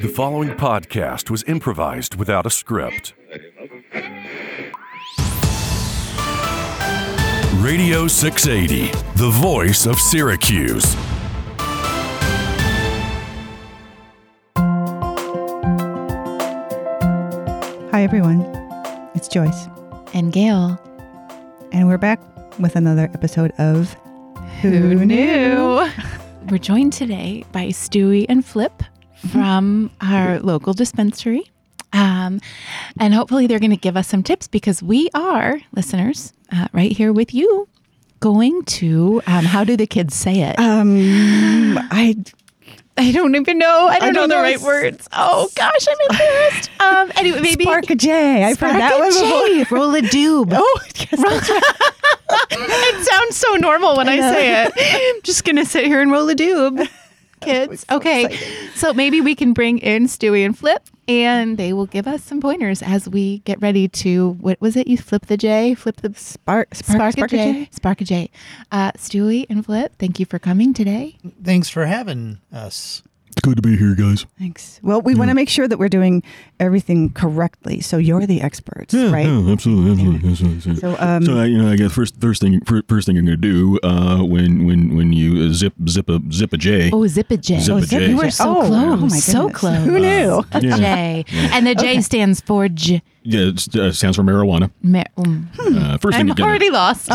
The following podcast was improvised without a script. Radio 680, the voice of Syracuse. Hi, everyone. It's Joyce, and Gail. and we're back with another episode of Who We're joined today by Stewie and Flip from our local dispensary. Um, and hopefully, they're going to give us some tips because we are listeners uh, right here with you going to, um, how do the kids say it? Um, I I don't even know. I don't, don't know the know. right words. Oh, gosh, I'm embarrassed. Um, anyway, maybe. Spark a J. I've heard that one before. before. Roll a doob. Oh, yes. it sounds so normal when I, say it. I'm just gonna sit here and roll a doob, kids. okay, so maybe we can bring in Stewie and Flip, and they will give us some pointers as we get ready to what was it? You flip the J, flip the Spark, spark, a J, spark a J. Uh, Stewie and Flip, thank you for coming today. Thanks for having us. Good to be here, guys. Thanks. Well, we want to make sure that we're doing everything correctly. So you're the experts, Hmm. right? absolutely, absolutely, absolutely. absolutely. So, um, So I, you know, I guess first, first thing, fir- first thing you're gonna do uh, when when when you uh, zip zip a zip a J. Oh, zip a J. Zip a J. You were so Oh, oh close. my so goodness. close. Who knew? A Yeah. J. And the J stands for J. Yeah, it uh, stands for marijuana. Ma- mm. Uh, first thing I'm you're gonna already lost.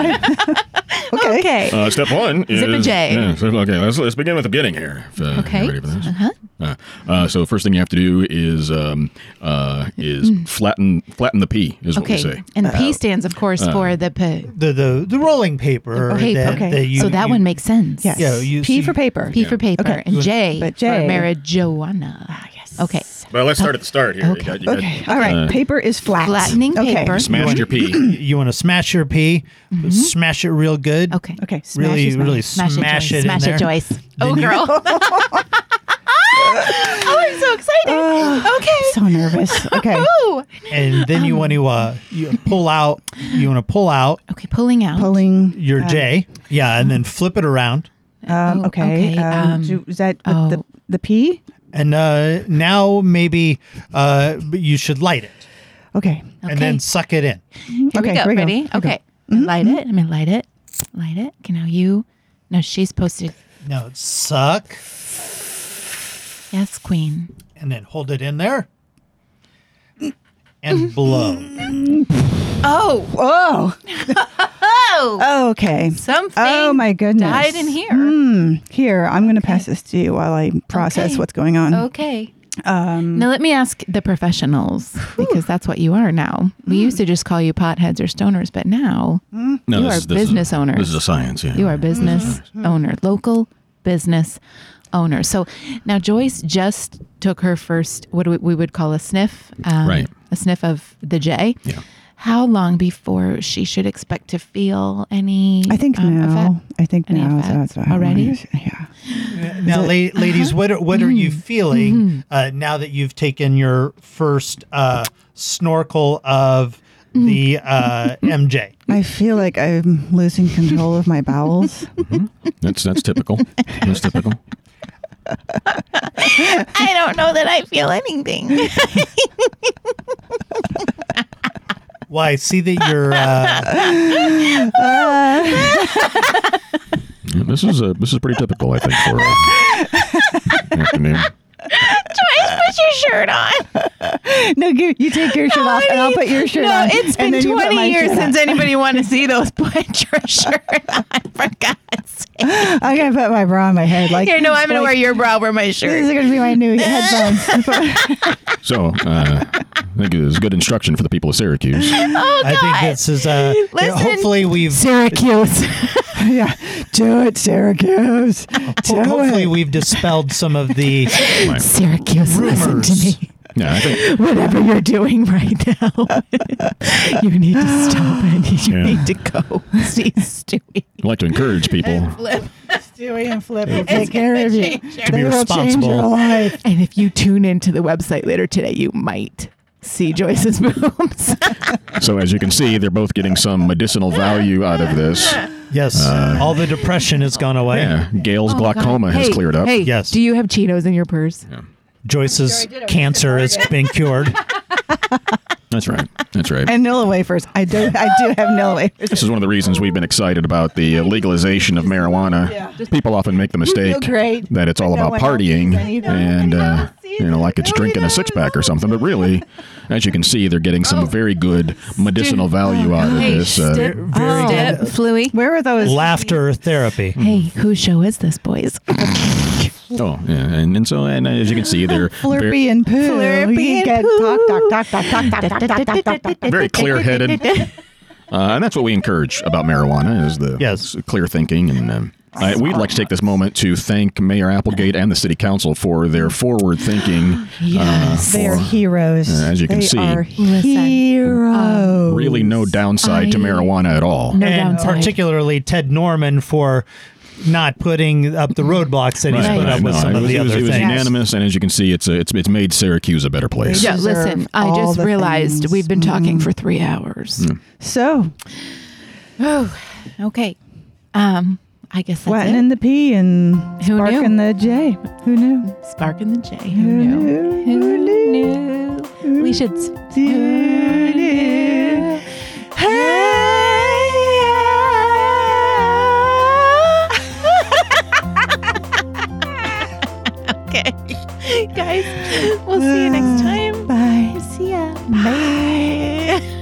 Okay. okay. uh, step one is Zip a J. Yeah, so- okay, let's let's begin with the beginning here. if, uh, you're Okay. ready for this. Uh-huh. Uh, uh, so first thing you have to do is um, uh, is flatten flatten the P is what we Hmm. Okay. say. uh, And Uh, P stands, of course, for the P. Uh, Oh, The the, the rolling paper. Okay, that, okay. that you, so that you- one makes sense. Yes. Yeah, you P see- for paper. P for paper Okay. and J, But J- for marijuana. Ah, yes. Okay. Well, let's start at the start here. Oh. Okay. got- got- Okay. All right. uh, paper is flat. Flattening okay. paper. Smash your You, P. want to smash your P, smash it real good. Mm-hmm. Okay. Okay. Smash Really, is fine. really Smash, smash, it. in it, Joyce. Smash there. it, Joyce. Oh, Then you- girl. oh, I'm so excited. okay. Ah, So nervous. Okay. Ooh. And then Um, you want to uh, you pull out. You want to pull out Okay. Pulling out. Pulling. uh, your J. Yeah, and then flip it around. Um, Oh, okay. okay, Um, um, do- is that with oh. the the P? And uh, now maybe uh, you should light it Okay. and Okay. then suck it in. Here we Mm-hmm. okay, go. here we go. Ready? Here we go. Okay. Light it. I'm gonna light it. Light it. Okay. Now you. No, she's posted. No, suck Yes, queen. and then hold it in there and blow. Oh. Oh. Oh. Okay. Something. Oh my goodness. Died in here. Mm, here, I'm going to pass this to you while I process Okay. what's going on. Um, Okay. now let me ask the professionals because that's what you are now. Mm. We used to just call you potheads or stoners, but now No, You this is- are this is a- business owners. This is a science. Yeah. you are a Mm-hmm. business owner, local business owner. So now Joyce just took her first what we- we would call a sniff, um, Right. A sniff of the J. Yeah. How long before she should expect to feel any? I think um, now. effect? I think Any now. is effects that's what I wanna already? use. Yeah. Uh-huh. Now, la- ladies, what are, what are you Mm-hmm. feeling uh, now that you've taken your first uh, snorkel of Mm. the uh, MJ? I feel like I'm losing control of my bowels. That's that's typical. That's typical. I don't know that I feel anything. Well, I see that you're uh, Uh. Yeah, this is a this is pretty typical, I think, for uh, afternoon. Joyce, put your shirt on. no, you, you take your shirt off and I'll put your shirt no, on. it's and been then you put 20 my years shirt on. since anybody wanted to see those put your shirt on, for God's sake. I'm going to put my bra on my head. Like, Here, no, I'm going to like, wear your bra, wear my These shirt. are going to be my new headphones. So uh, I think it is good instruction for the people of Syracuse. Oh, I think God. this is uh, Listen. hopefully we've Syracuse. yeah. Do it, Syracuse. ho- Do hopefully it. we've dispelled some of the Syracuse, listen to Rumors. me. Yeah, I think Whatever you're doing right now, you need to stop it. You Yeah. need to go see Stewie. I'd like to encourage people. Flip. Stewie and Flip will take care of you. to be They will change your responsible. life. And if you tune into the website later today, you might see Joyce's boobs. So as you can see, they're both getting some medicinal value out of this. Yes, all the depression has gone away. Yeah, Gail's glaucoma has Oh, Hey, cleared up. Hey, Yes. do you have Cheetos in your purse? Joyce's cancer has been cured. That's right. That's right. And Nilla wafers. I do. I do have Nilla wafers. this is one of the reasons we've been excited about the uh, legalization of marijuana. People often make the mistake great. that it's all No about one else partying sees anything. and No one uh, else sees you know, like it's it. drinking a six pack or something. But really, as you can see, they're getting Oh. some very good medicinal value out of Hey, this. Uh, Very stip, good. stip, fluey. Where are those? Laughter therapy. Hey, whose show is this, boys? Uh, oh, yeah, and, and so and as you can see, they're ver- Flurpy and poo. Flurpy You and get poo. Talk, talk, talk, talk, talk, talk, talk, talk, talk. very clear-headed, uh, and that's what we encourage about marijuana is the Yes. s- clear thinking. And um, I, we'd like to take this moment to thank Mayor Applegate and the City Council for their forward thinking. Yes. They are for- heroes. Uh, as you can they see, are Listen, um, heroes. really, no downside to I- marijuana at all. No and downside. particularly Ted Norman for not putting up the roadblocks that he's Right, put right, up with no, some it of was, the it was- other it was things. unanimous, and as you can see, it's a, it's it's made Syracuse a better place. Yeah, deserve listen, I all just the realized things. Mm-hmm. we've been talking for three hours. So, Oh, okay. Um, I guess that's wetting it. in the P and Who knew? sparking the J. Who knew? Spark in the J. Who knew? Who knew? We should. s- Who knew? okay, guys, we'll see you next time. Uh, Bye. See ya. Bye.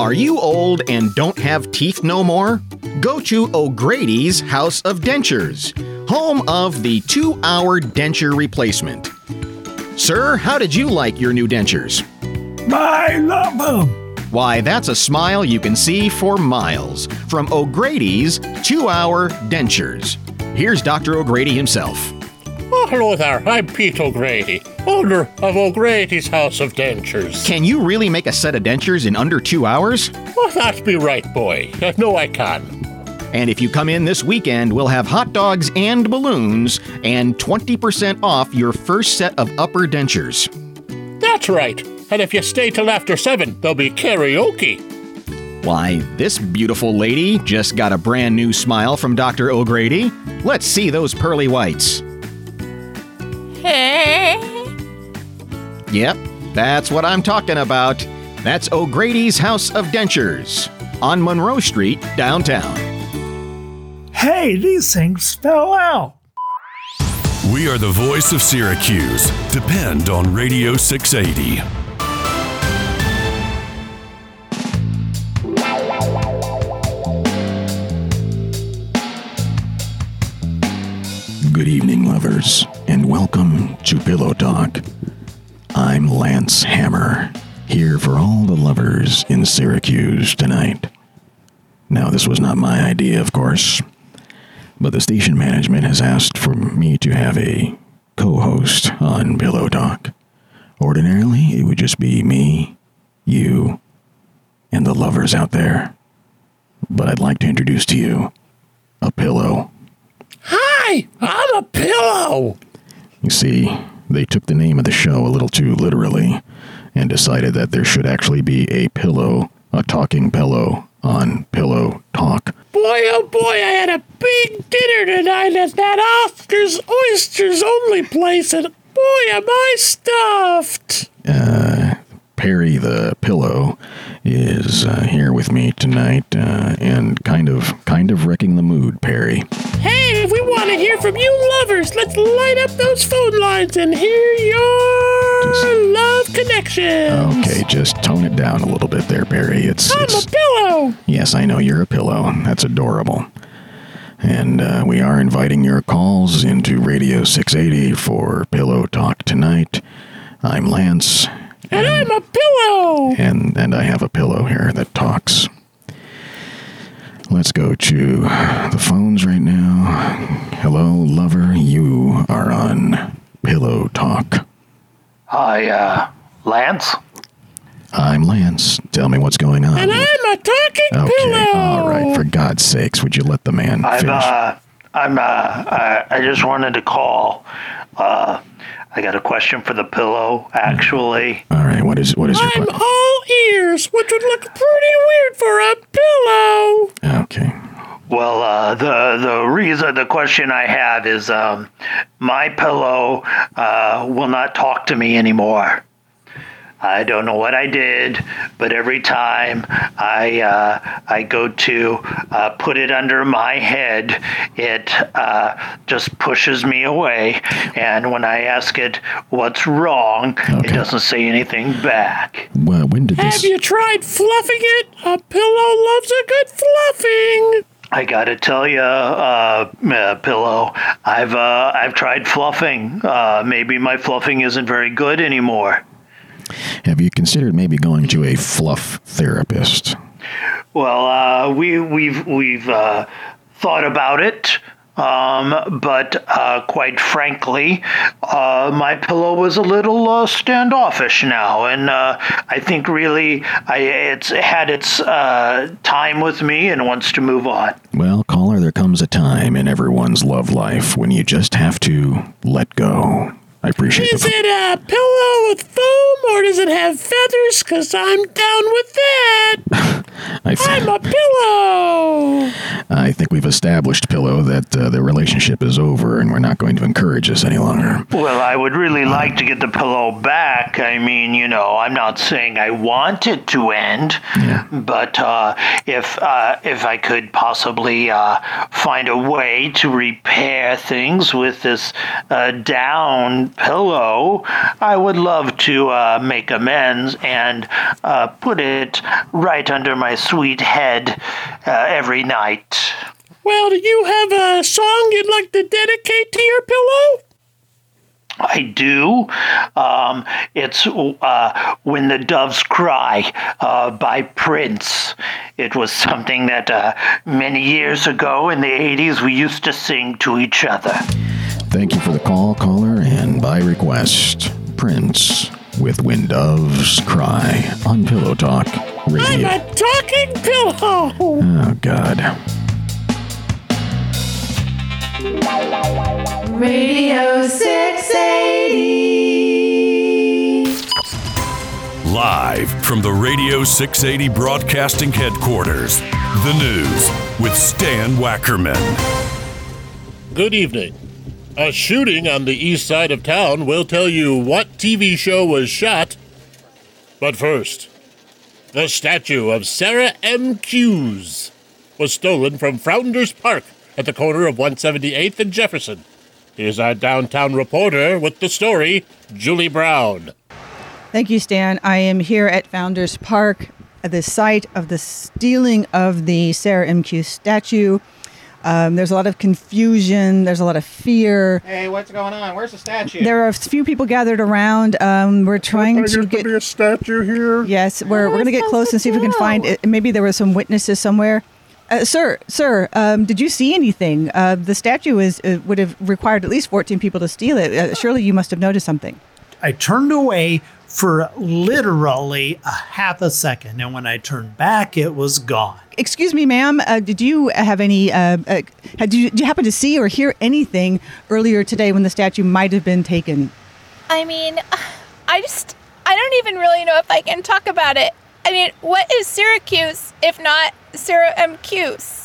Are you old and don't have teeth no more? Go to O'Grady's House of Dentures, home of the two hour denture replacement. Sir, how did you like your new dentures? I love them. Why, that's a smile you can see for miles from O'Grady's two hour dentures. Here's Dr. O'Grady himself. Oh, hello there. I'm Pete O'Grady, owner of O'Grady's House of Dentures. Can you really make a set of dentures in under two hours? Oh, that be right, boy. Uh, No, I can. And if you come in this weekend, we'll have hot dogs and balloons and 20% off your first set of upper dentures. That's right. And if you stay till after seven, there'll be karaoke. Why, this beautiful lady just got a brand new smile from Dr. O'Grady. Let's see those pearly whites. Yep, that's what I'm talking about. That's O'Grady's House of Dentures on Monroe Street, downtown. Hey, these things fell out. We are the voice of Syracuse. Depend on Radio 680. Good evening, lovers, and welcome to Pillow Talk. I'm Lance Hammer, here for all the lovers in Syracuse tonight. Now, this was not my idea, of course, but the station management has asked for me to have a co host on Pillow Talk. Ordinarily, it would just be me, you, and the lovers out there. But I'd like to introduce to you a pillow. Hi, I'm a pillow. You see, they took the name of the show a little too literally and decided that there should actually be a pillow, a talking pillow on Pillow Talk. Boy, oh boy, I had a big dinner tonight at that Oscar's Oysters Only place, and boy, am I stuffed. Perry the Pillow is uh, here with me tonight uh, and kind of kind of wrecking the mood, Perry. Hey, if we want to hear from you lovers, let's light up those phone lines and hear your love connections. Okay, just tone it down a little bit there, Perry. It's I'm it's a pillow. Yes, I know you're a pillow. That's adorable. And uh, we are inviting your calls into Radio 680 for Pillow Talk tonight. I'm Lance, And I'm a pillow. and, and I have a pillow here that talks. Let's go to the phones right now. Hello, lover. You are on Pillow Talk. Hi, uh, Lance? I'm Lance. Tell me what's going on. And I'm a talking Oh. okay, pillow. all right. For God's sakes, would you let the man I'm, finish? uh, I'm, uh, I, I just wanted to call. Uh, I got a question for the pillow, actually. all right. What is what is your? I'm que- all ears, which would look pretty weird for a pillow. Okay. Well, uh, the the reason the question I have is um, my pillow uh, will not talk to me anymore. I don't know what I did, but every time I uh, I go to uh, put it under my head, it uh, just pushes me away. And when I ask it what's wrong, Okay. it doesn't say anything back. Well, when did Have this? you tried fluffing it? A pillow loves a good fluffing. I gotta tell you, uh, uh, pillow, I've uh, I've tried fluffing. Uh, maybe my fluffing isn't very good anymore. Have you considered maybe going to a fluff therapist? Well, uh, we we've we've uh, thought about it, um, but uh, quite frankly, uh, my pillow was a little uh, standoffish now, and uh, I think really I, it's had its uh, time with me and wants to move on. Well, caller, there comes a time in everyone's love life when you just have to let go. I appreciate Is the it a pillow with foam or does it have feathers? Because I'm down with that. I, th- I'm a pillow. I think we've established, Pillow, that uh, the relationship is over and we're not going to encourage this any longer. Well, I would really like to get the pillow back. I mean, you know, I'm not saying I want it to end, but uh, if uh, if I could possibly uh, find a way to repair things with this uh, down pillow, I would love to uh, make amends and uh, put it right under my sweet head uh, every night. Well, do you have a song you'd like to dedicate to your pillow? I do. Um, it's uh, When the Doves Cry uh, by Prince. It was something that uh, many years ago in the 80s we used to sing to each other. Thank you for the call, caller, and by request, Prince with When Doves Cry on Pillow Talk I'm Radio. a talking pillow. Oh, God. Live from the Radio 680 Broadcasting Headquarters, the news with Stan Wackerman. Good evening. A shooting on the east side of town will tell you what TV show was shot. But first, the statue of Sarah M. Hughes was stolen from Founders Park at the corner of 178th and Jefferson. Here's our downtown reporter with the story, Julie Brown. Thank you, Stan. I am here at Founders Park, at the site of the stealing of the Sarah M. Q. statue. Um, there's a lot of confusion. There's a lot of fear. Hey, what's going on? Where's the statue? There are a few people gathered around. Um, we're trying to get. a statue here? Yes, we're, we're going to get close and see if we can find it. Maybe there were some witnesses somewhere. Uh, sir, sir, um, did you see anything? Uh, the statue is uh, would have required at least 14 people to steal it. Uh, surely you must have noticed something. I turned away for literally a half a second, and when I turned back, it was gone. Excuse me, ma'am. Uh, did you have any? Uh, uh, had you, did you happen to see or hear anything earlier today when the statue might have been taken? I mean, I just, I don't even really know if I can talk about it. I mean, what is Syracuse if not Sarah M. Cuse?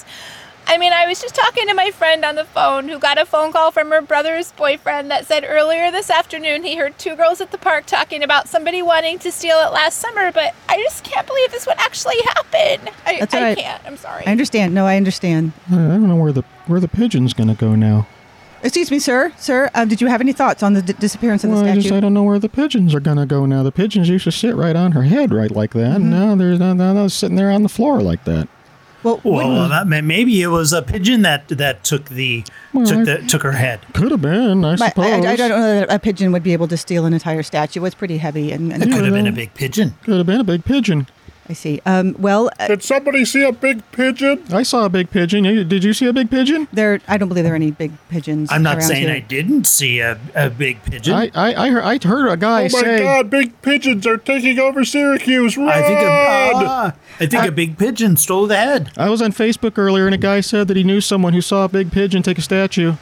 I mean, I was just talking to my friend on the phone who got a phone call from her brother's boyfriend that said earlier this afternoon he heard two girls at the park talking about somebody wanting to steal it last summer, but I just can't believe this would actually happen. I, That's I all right. can't. I'm sorry. I understand. No, I understand. I don't know where the where the pigeon's gonna go now. Excuse me, sir. Sir, uh, did you have any thoughts on the d- disappearance of the Well, I statue? just I don't know where the pigeons are gonna go now. The pigeons used to sit right on her head, right like that. Mm-hmm. Now they're no, no, no, sitting there on the floor like that. well, Well, that may- maybe it was a pigeon that that took the took the took her head. Could have been, I But suppose. I, I don't know that a pigeon would be able to steal an entire statue. It's pretty heavy, and, and It could have been a no. big pigeon. Could have been a big pigeon. I see. Um, well, uh, Did somebody see a big pigeon? I saw a big pigeon. You- Did you see a big pigeon? there. I don't believe there are any big pigeons. I'm not around saying here. I didn't see a, a big pigeon. I I, I I heard, I heard a guy say. Oh big pigeons are taking over Syracuse. think a ah, I think a big pigeon stole the head. I was on Facebook earlier, and a guy said that he knew someone who saw a big pigeon take a statue.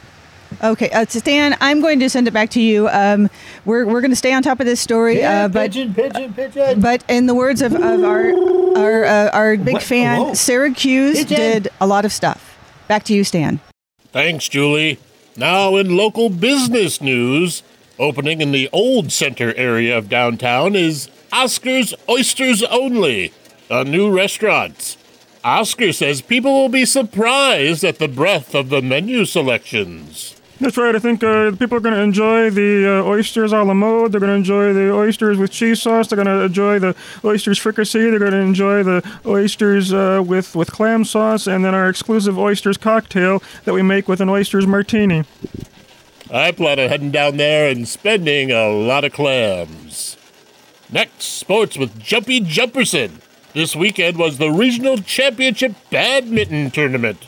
Okay, uh, Stan, I'm going to send it back to you. Um, we're we're going to stay on top of this story, uh, but pigeon, pigeon, pigeon. but in the words of, of our our uh, our big What? fan, Whoa. Syracuse Pigeon. did a lot of stuff. Back to you, Stan. Thanks, Julie. Now, in local business news, opening in the old center area of downtown is Oscar's Oysters Only, a new restaurant. Oscar says people will be surprised at the breadth of the menu selections. That's right. I think uh, the people are going to enjoy the uh, oysters a la mode. They're going to enjoy the oysters with cheese sauce. They're going to enjoy the oysters fricassee. They're going to enjoy the oysters uh, with with clam sauce, and then our exclusive oysters cocktail that we make with an oysters martini. I plan on heading down there and spending a lot of clams. Next, sports with Jumpy Jumperson. This weekend was the regional championship badminton tournament.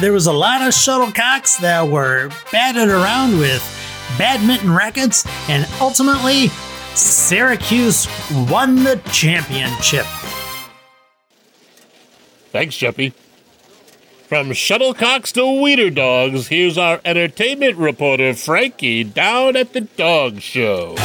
There was a lot of shuttlecocks that were batted around with badminton rackets, and ultimately, Syracuse won the championship. Thanks, Jumpy. From shuttlecocks to wiener dogs, here's our entertainment reporter Frankie down at the dog show.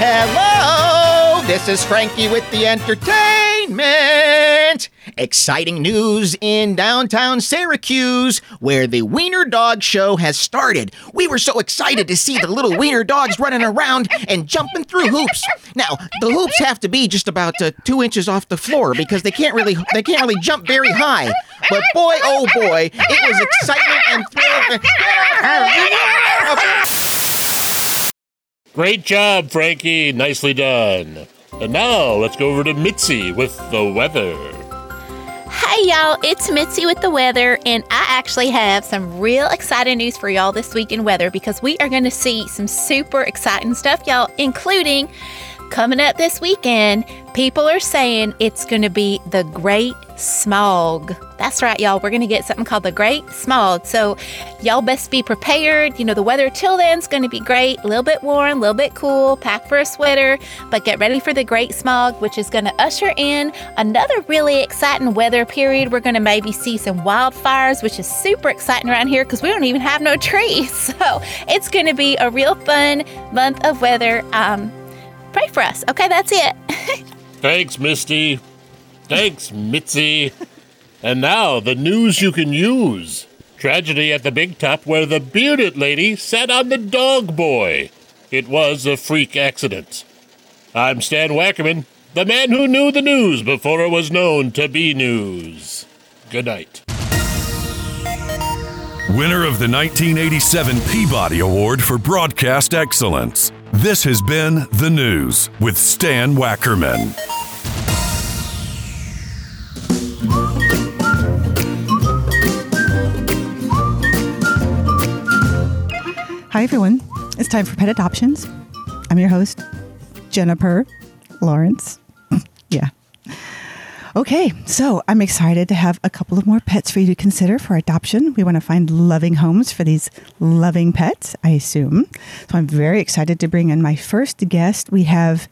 Hello! This is Frankie with the entertainment! Exciting news in downtown Syracuse, where the Wiener Dog Show has started. We were so excited to see the little wiener dogs running around and jumping through hoops. Now, the hoops have to be just about uh, two inches off the floor because they can't really they can't really jump very high. But boy, oh boy, it was excitement and thrill. Great job, Frankie. Nicely done. And now let's go over to Mitzi with the weather. Hey y'all, it's Mitzi with the weather, and I actually have some real exciting news for y'all this week in weather because we are going to see some super exciting stuff, y'all, including coming up this weekend. People are saying it's going to be the Great Smog. That's right, y'all. We're going to get something called the Great Smog. So, y'all best be prepared. You know, the weather till then is going to be great. A little bit warm, a little bit cool. Pack for a sweater, but get ready for the Great Smog, which is going to usher in another really exciting weather period. We're going to maybe see some wildfires, which is super exciting around here because we don't even have no trees. So, it's going to be a real fun month of weather. Um, pray for us. Okay, that's it. Thanks, Misty. Thanks, Mitzi. And now the news you can use. Tragedy at the Big Top where the bearded lady sat on the dog boy. It was a freak accident. I'm Stan Wackerman, the man who knew the news before it was known to be news. Good night. Winner of the 1987 Peabody Award for Broadcast Excellence. This has been The News with Stan Wackerman. Hi, everyone. It's time for Pet Adoptions. I'm your host, Jennifer Lawrence. yeah. Okay, so I'm excited to have a couple of more pets for you to consider for adoption. We want to find loving homes for these loving pets, I assume. So I'm very excited to bring in my first guest. We have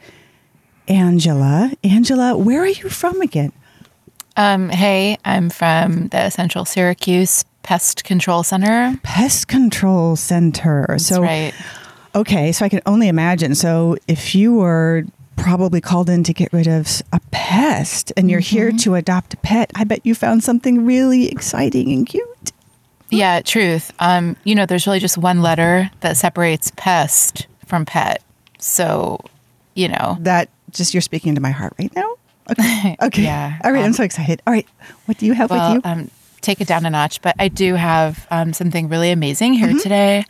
Angela. Angela, where are you from again? Um, hey, I'm from the Central Syracuse Pest Control Center. Pest Control Center. That's so, right. okay, so I can only imagine. So if you were probably called in to get rid of a pest and you're here Mm-hmm. to adopt a pet, I bet you found something really exciting and cute. Yeah, truth. Um, you know, there's really just one letter that separates pest from pet. So, you know. That just you're speaking to my heart right now. Okay. Okay. Yeah. All right. I'm Um, so excited. All right. What do you have well, with you? Um, take it down a notch, but I do have um, something really amazing here Mm-hmm. today.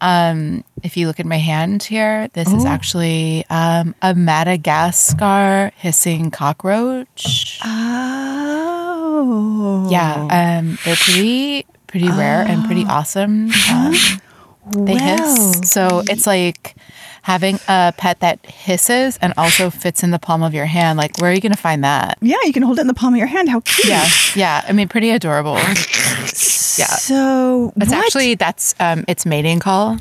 Um, if you look at my hand here, this is Oh. actually um, a Madagascar hissing cockroach. Oh. Yeah, um, they're pretty pretty rare and pretty Ah. awesome. Um, Uh-huh. they Well. hiss, so it's like having a pet that hisses and also fits in the palm of your hand. Like, where are you going to find that? yeah, you can hold it in the palm of your hand. How cute. Yeah, yeah. I mean, pretty adorable. Yeah. So it's actually that's um, its mating call.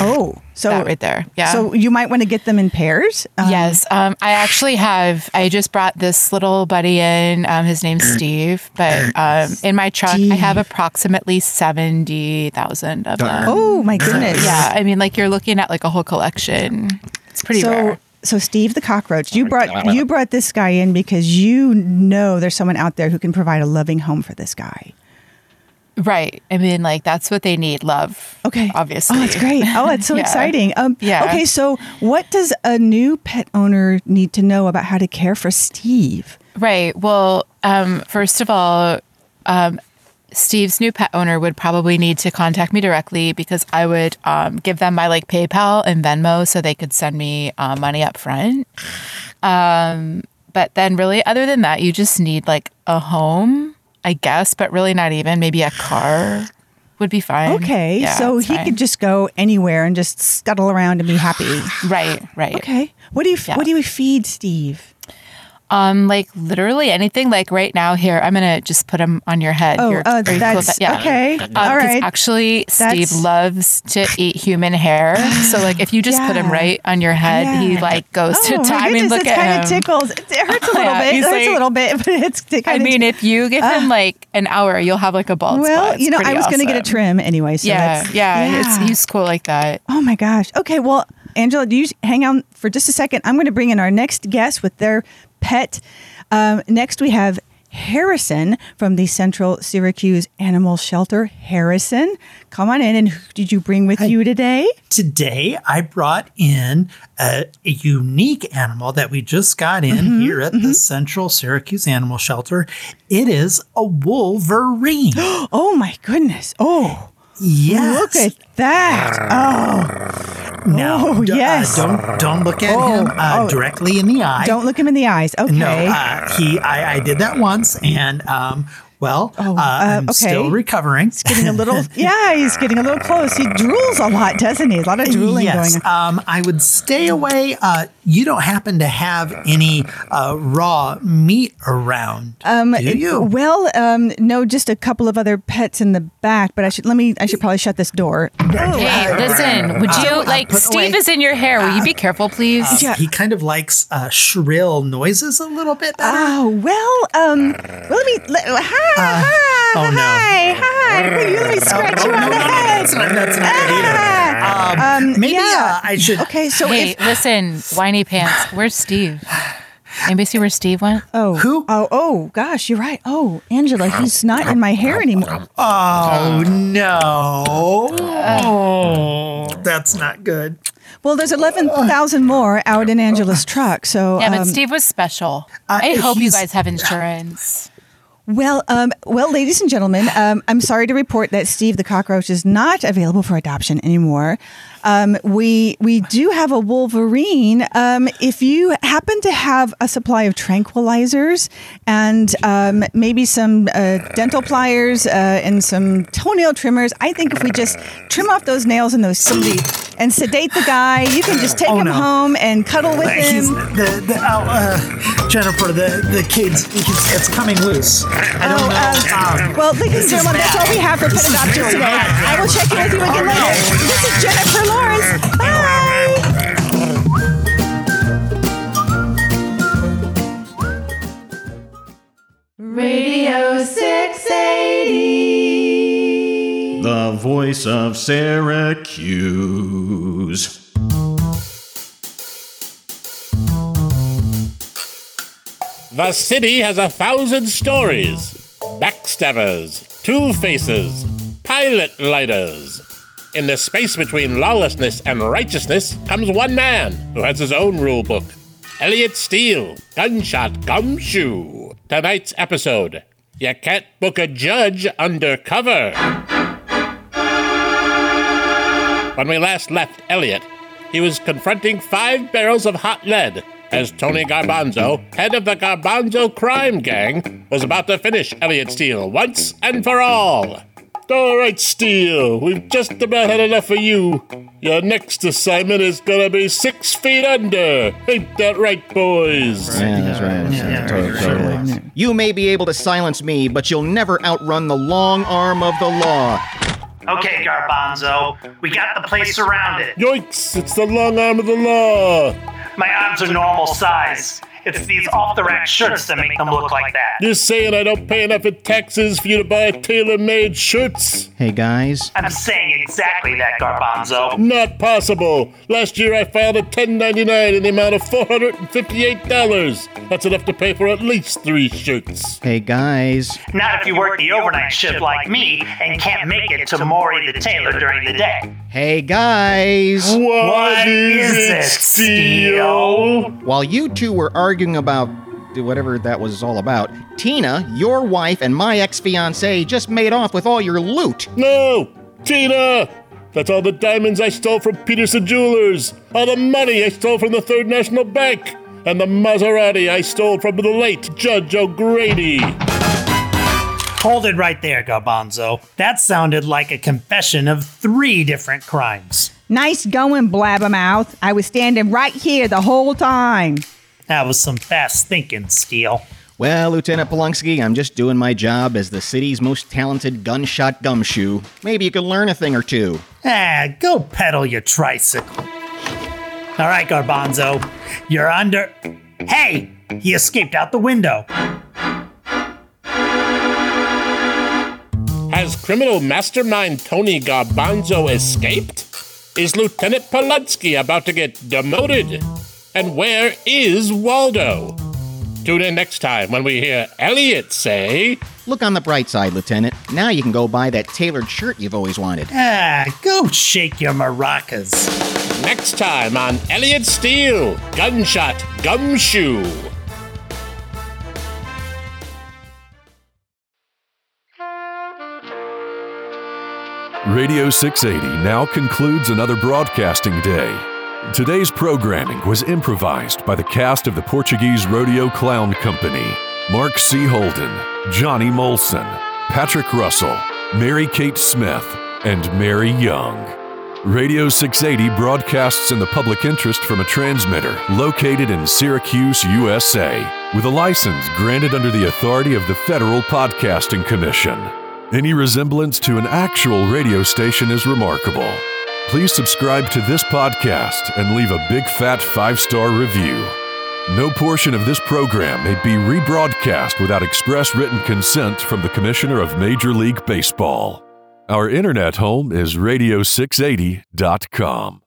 Oh, so that right there. Yeah. So you might want to get them in pairs. Um, Yes, um, I actually have. I just brought this little buddy in. Um, his name's Steve, but um, in my truck, I have approximately seventy thousand of them. Oh my goodness. Yeah, I mean, like you're looking at like a whole collection. It's pretty so, rare. so Steve the cockroach, you brought you brought this guy in because you know there's someone out there who can provide a loving home for this guy. Right. I mean, like that's what they need love. Okay. Obviously. Oh, it's great. Oh, it's so Yeah. exciting. Um, Yeah. Okay, so what does a new pet owner need to know about how to care for Steve? Right. Well, um, first of all, um, Steve's new pet owner would probably need to contact me directly because I would um, give them my like PayPal and Venmo so they could send me uh, money up front. Um, but then, really, other than that, you just need like a home, I guess, but really not even. Maybe a car would be fine. Okay, Yeah, so it's he fine. could just go anywhere and just scuttle around and be happy. right, right. Okay. What do you What do you feed Steve? Um, like literally anything. Like right now, here I'm gonna just put them on your head. Oh, Here, uh, very that's- okay. Um, All 'cause right. Actually, Steve That's- loves to eat human hair. So like, if you just put him Yeah. right on your head, he Yeah. like goes Oh, to my time and goodness, look it's at kinda him. tickles. It hurts a little Yeah, bit. It he's hurts a like- little bit, but it's kind I mean, if you give him like an hour, you'll have like a bald spot. well, It's you know, pretty I was going to get a awesome. trim anyway. So Yeah, that's- yeah, it's- he's cool like that. Oh my gosh. Okay, well, Angela, do you hang on for just a second? I'm going to bring in our next guest with their pet. Um, next, we have Harrison from the Central Syracuse Animal Shelter. Harrison, come on in. And who did you bring with you today? Today, I brought in a, a unique animal that we just got in Mm-hmm, here at the Central Syracuse Animal Shelter. It is a wolverine. oh my goodness. Oh. Yes. Look at that. Oh. No. Oh, d- uh, yes. don't don't look at Oh, him uh, oh. directly in the eye. Don't look him in the eyes. Oh, Okay. No, uh, he. I, I did that once, and um, well, uh, I'm Oh, okay. still recovering. It's getting a little yeah he's getting a little close he drools a lot doesn't he a lot of drooling yes, going on um, I would stay away. Uh, you don't happen to have any uh, raw meat around, um, do you? well um, no just a couple of other pets in the back but i should let me i should probably shut this door Hey, listen, would you Uh, like put Steve away- is in your hair? Will you be careful, please? Uh, He kind of likes uh, shrill noises a little bit better. Oh well, um, well, let me. Let, hi, hi, oh, no. hi, uh, hi. Will you let me scratch you on the head? Ah. That's not, that's not good either. Um, maybe uh, I should. Okay, so hey, if listen, whiny pants. Where's Steve? Anybody see where Steve went? Ah. oh who oh oh gosh, you're right. Oh, Angela, he's not in my hair anymore. Oh no! Oh, Uh. that's not good. Well, there's eleven thousand more out in Angela's truck. So Yeah, but um, Steve was special. Uh, I hope you he's- guys have insurance. Well, um, well, ladies and gentlemen, um, I'm sorry to report that Steve the cockroach is not available for adoption anymore. Um, we we do have a Wolverine. Um, if you happen to have a supply of tranquilizers and um, maybe some uh, dental pliers uh, and some toenail trimmers, I think if we just trim off those nails and those teeth and sedate the guy, you can just take Oh, him no. home and cuddle with He's- him. the, the, oh, uh, Jennifer, the, the kids, he's- it's coming loose. I don't know. Um, Well, ladies and this is gentlemen, that's all we bad. have for pet This is adoptions very today. bad. I will check in with you again later. This is Jennifer Lawrence. Bye. Radio 680. The voice of Syracuse. The city has a thousand stories backstabbers, two faces, pilot lighters. In the space between lawlessness and righteousness comes one man who has his own rule book Elliot Steele, Gunshot Gumshoe. Tonight's episode You Can't Book a Judge Undercover. When we last left Elliot, he was confronting five barrels of hot lead as Tony Garbanzo, head of the Garbanzo crime gang, was about to finish Elliot Steele once and for all. All right, Steele, we've just about had enough of you. Your next assignment is gonna be six feet under. Ain't that right, boys? Yeah, that's right. totally. You may be able to silence me, but you'll never outrun the long arm of the law. Okay, Garbanzo, we got the place surrounded. Yoinks, it's the long arm of the law. My arms are normal size, It's these off the rack shirts that make them look like that. You're saying I don't pay enough in taxes for you to buy tailor made shirts? Hey guys, I'm saying exactly that, Garbanzo. Not possible. Last year I filed a 1099 in the amount of $458. That's enough to pay for at least three shirts. hey guys. Not if you work the overnight shift like me and can't make it to Maury the tailor during the day. Hey guys! What is is it, it, Steel? While you two were arguing about whatever that was all about, Tina, your wife, and my ex fiance just made off with all your loot. No! Tina! That's all the diamonds I stole from Peterson Jewelers, all the money I stole from the Third National Bank, and the Maserati I stole from the late Judge O'Grady. Hold it right there, Garbanzo. That sounded like a confession of three different crimes. Nice going, blabbermouth. I was standing right here the whole time. That was some fast thinking, Steele. Well, Lieutenant Polonsky, I'm just doing my job as the city's most talented gunshot gumshoe. Maybe you can learn a thing or two. Ah, go pedal your tricycle. All right, Garbanzo, you're under. Hey, he escaped out the window. Has criminal mastermind Tony Garbanzo escaped? Is Lieutenant Polutsky about to get demoted? And where is Waldo? Tune in next time when we hear Elliot say, Look on the bright side, Lieutenant. Now you can go buy that tailored shirt you've always wanted. Ah, go shake your maracas. Next time on Elliot Steele, Gunshot Gumshoe. Radio 680 now concludes another broadcasting day. Today's programming was improvised by the cast of the Portuguese Rodeo Clown Company Mark C. Holden, Johnny Molson, Patrick Russell, Mary Kate Smith, and Mary Young. Radio 680 broadcasts in the public interest from a transmitter located in Syracuse, USA, with a license granted under the authority of the Federal Podcasting Commission. Any resemblance to an actual radio station is remarkable. Please subscribe to this podcast and leave a big fat five star review. No portion of this program may be rebroadcast without express written consent from the Commissioner of Major League Baseball. Our internet home is radio680.com.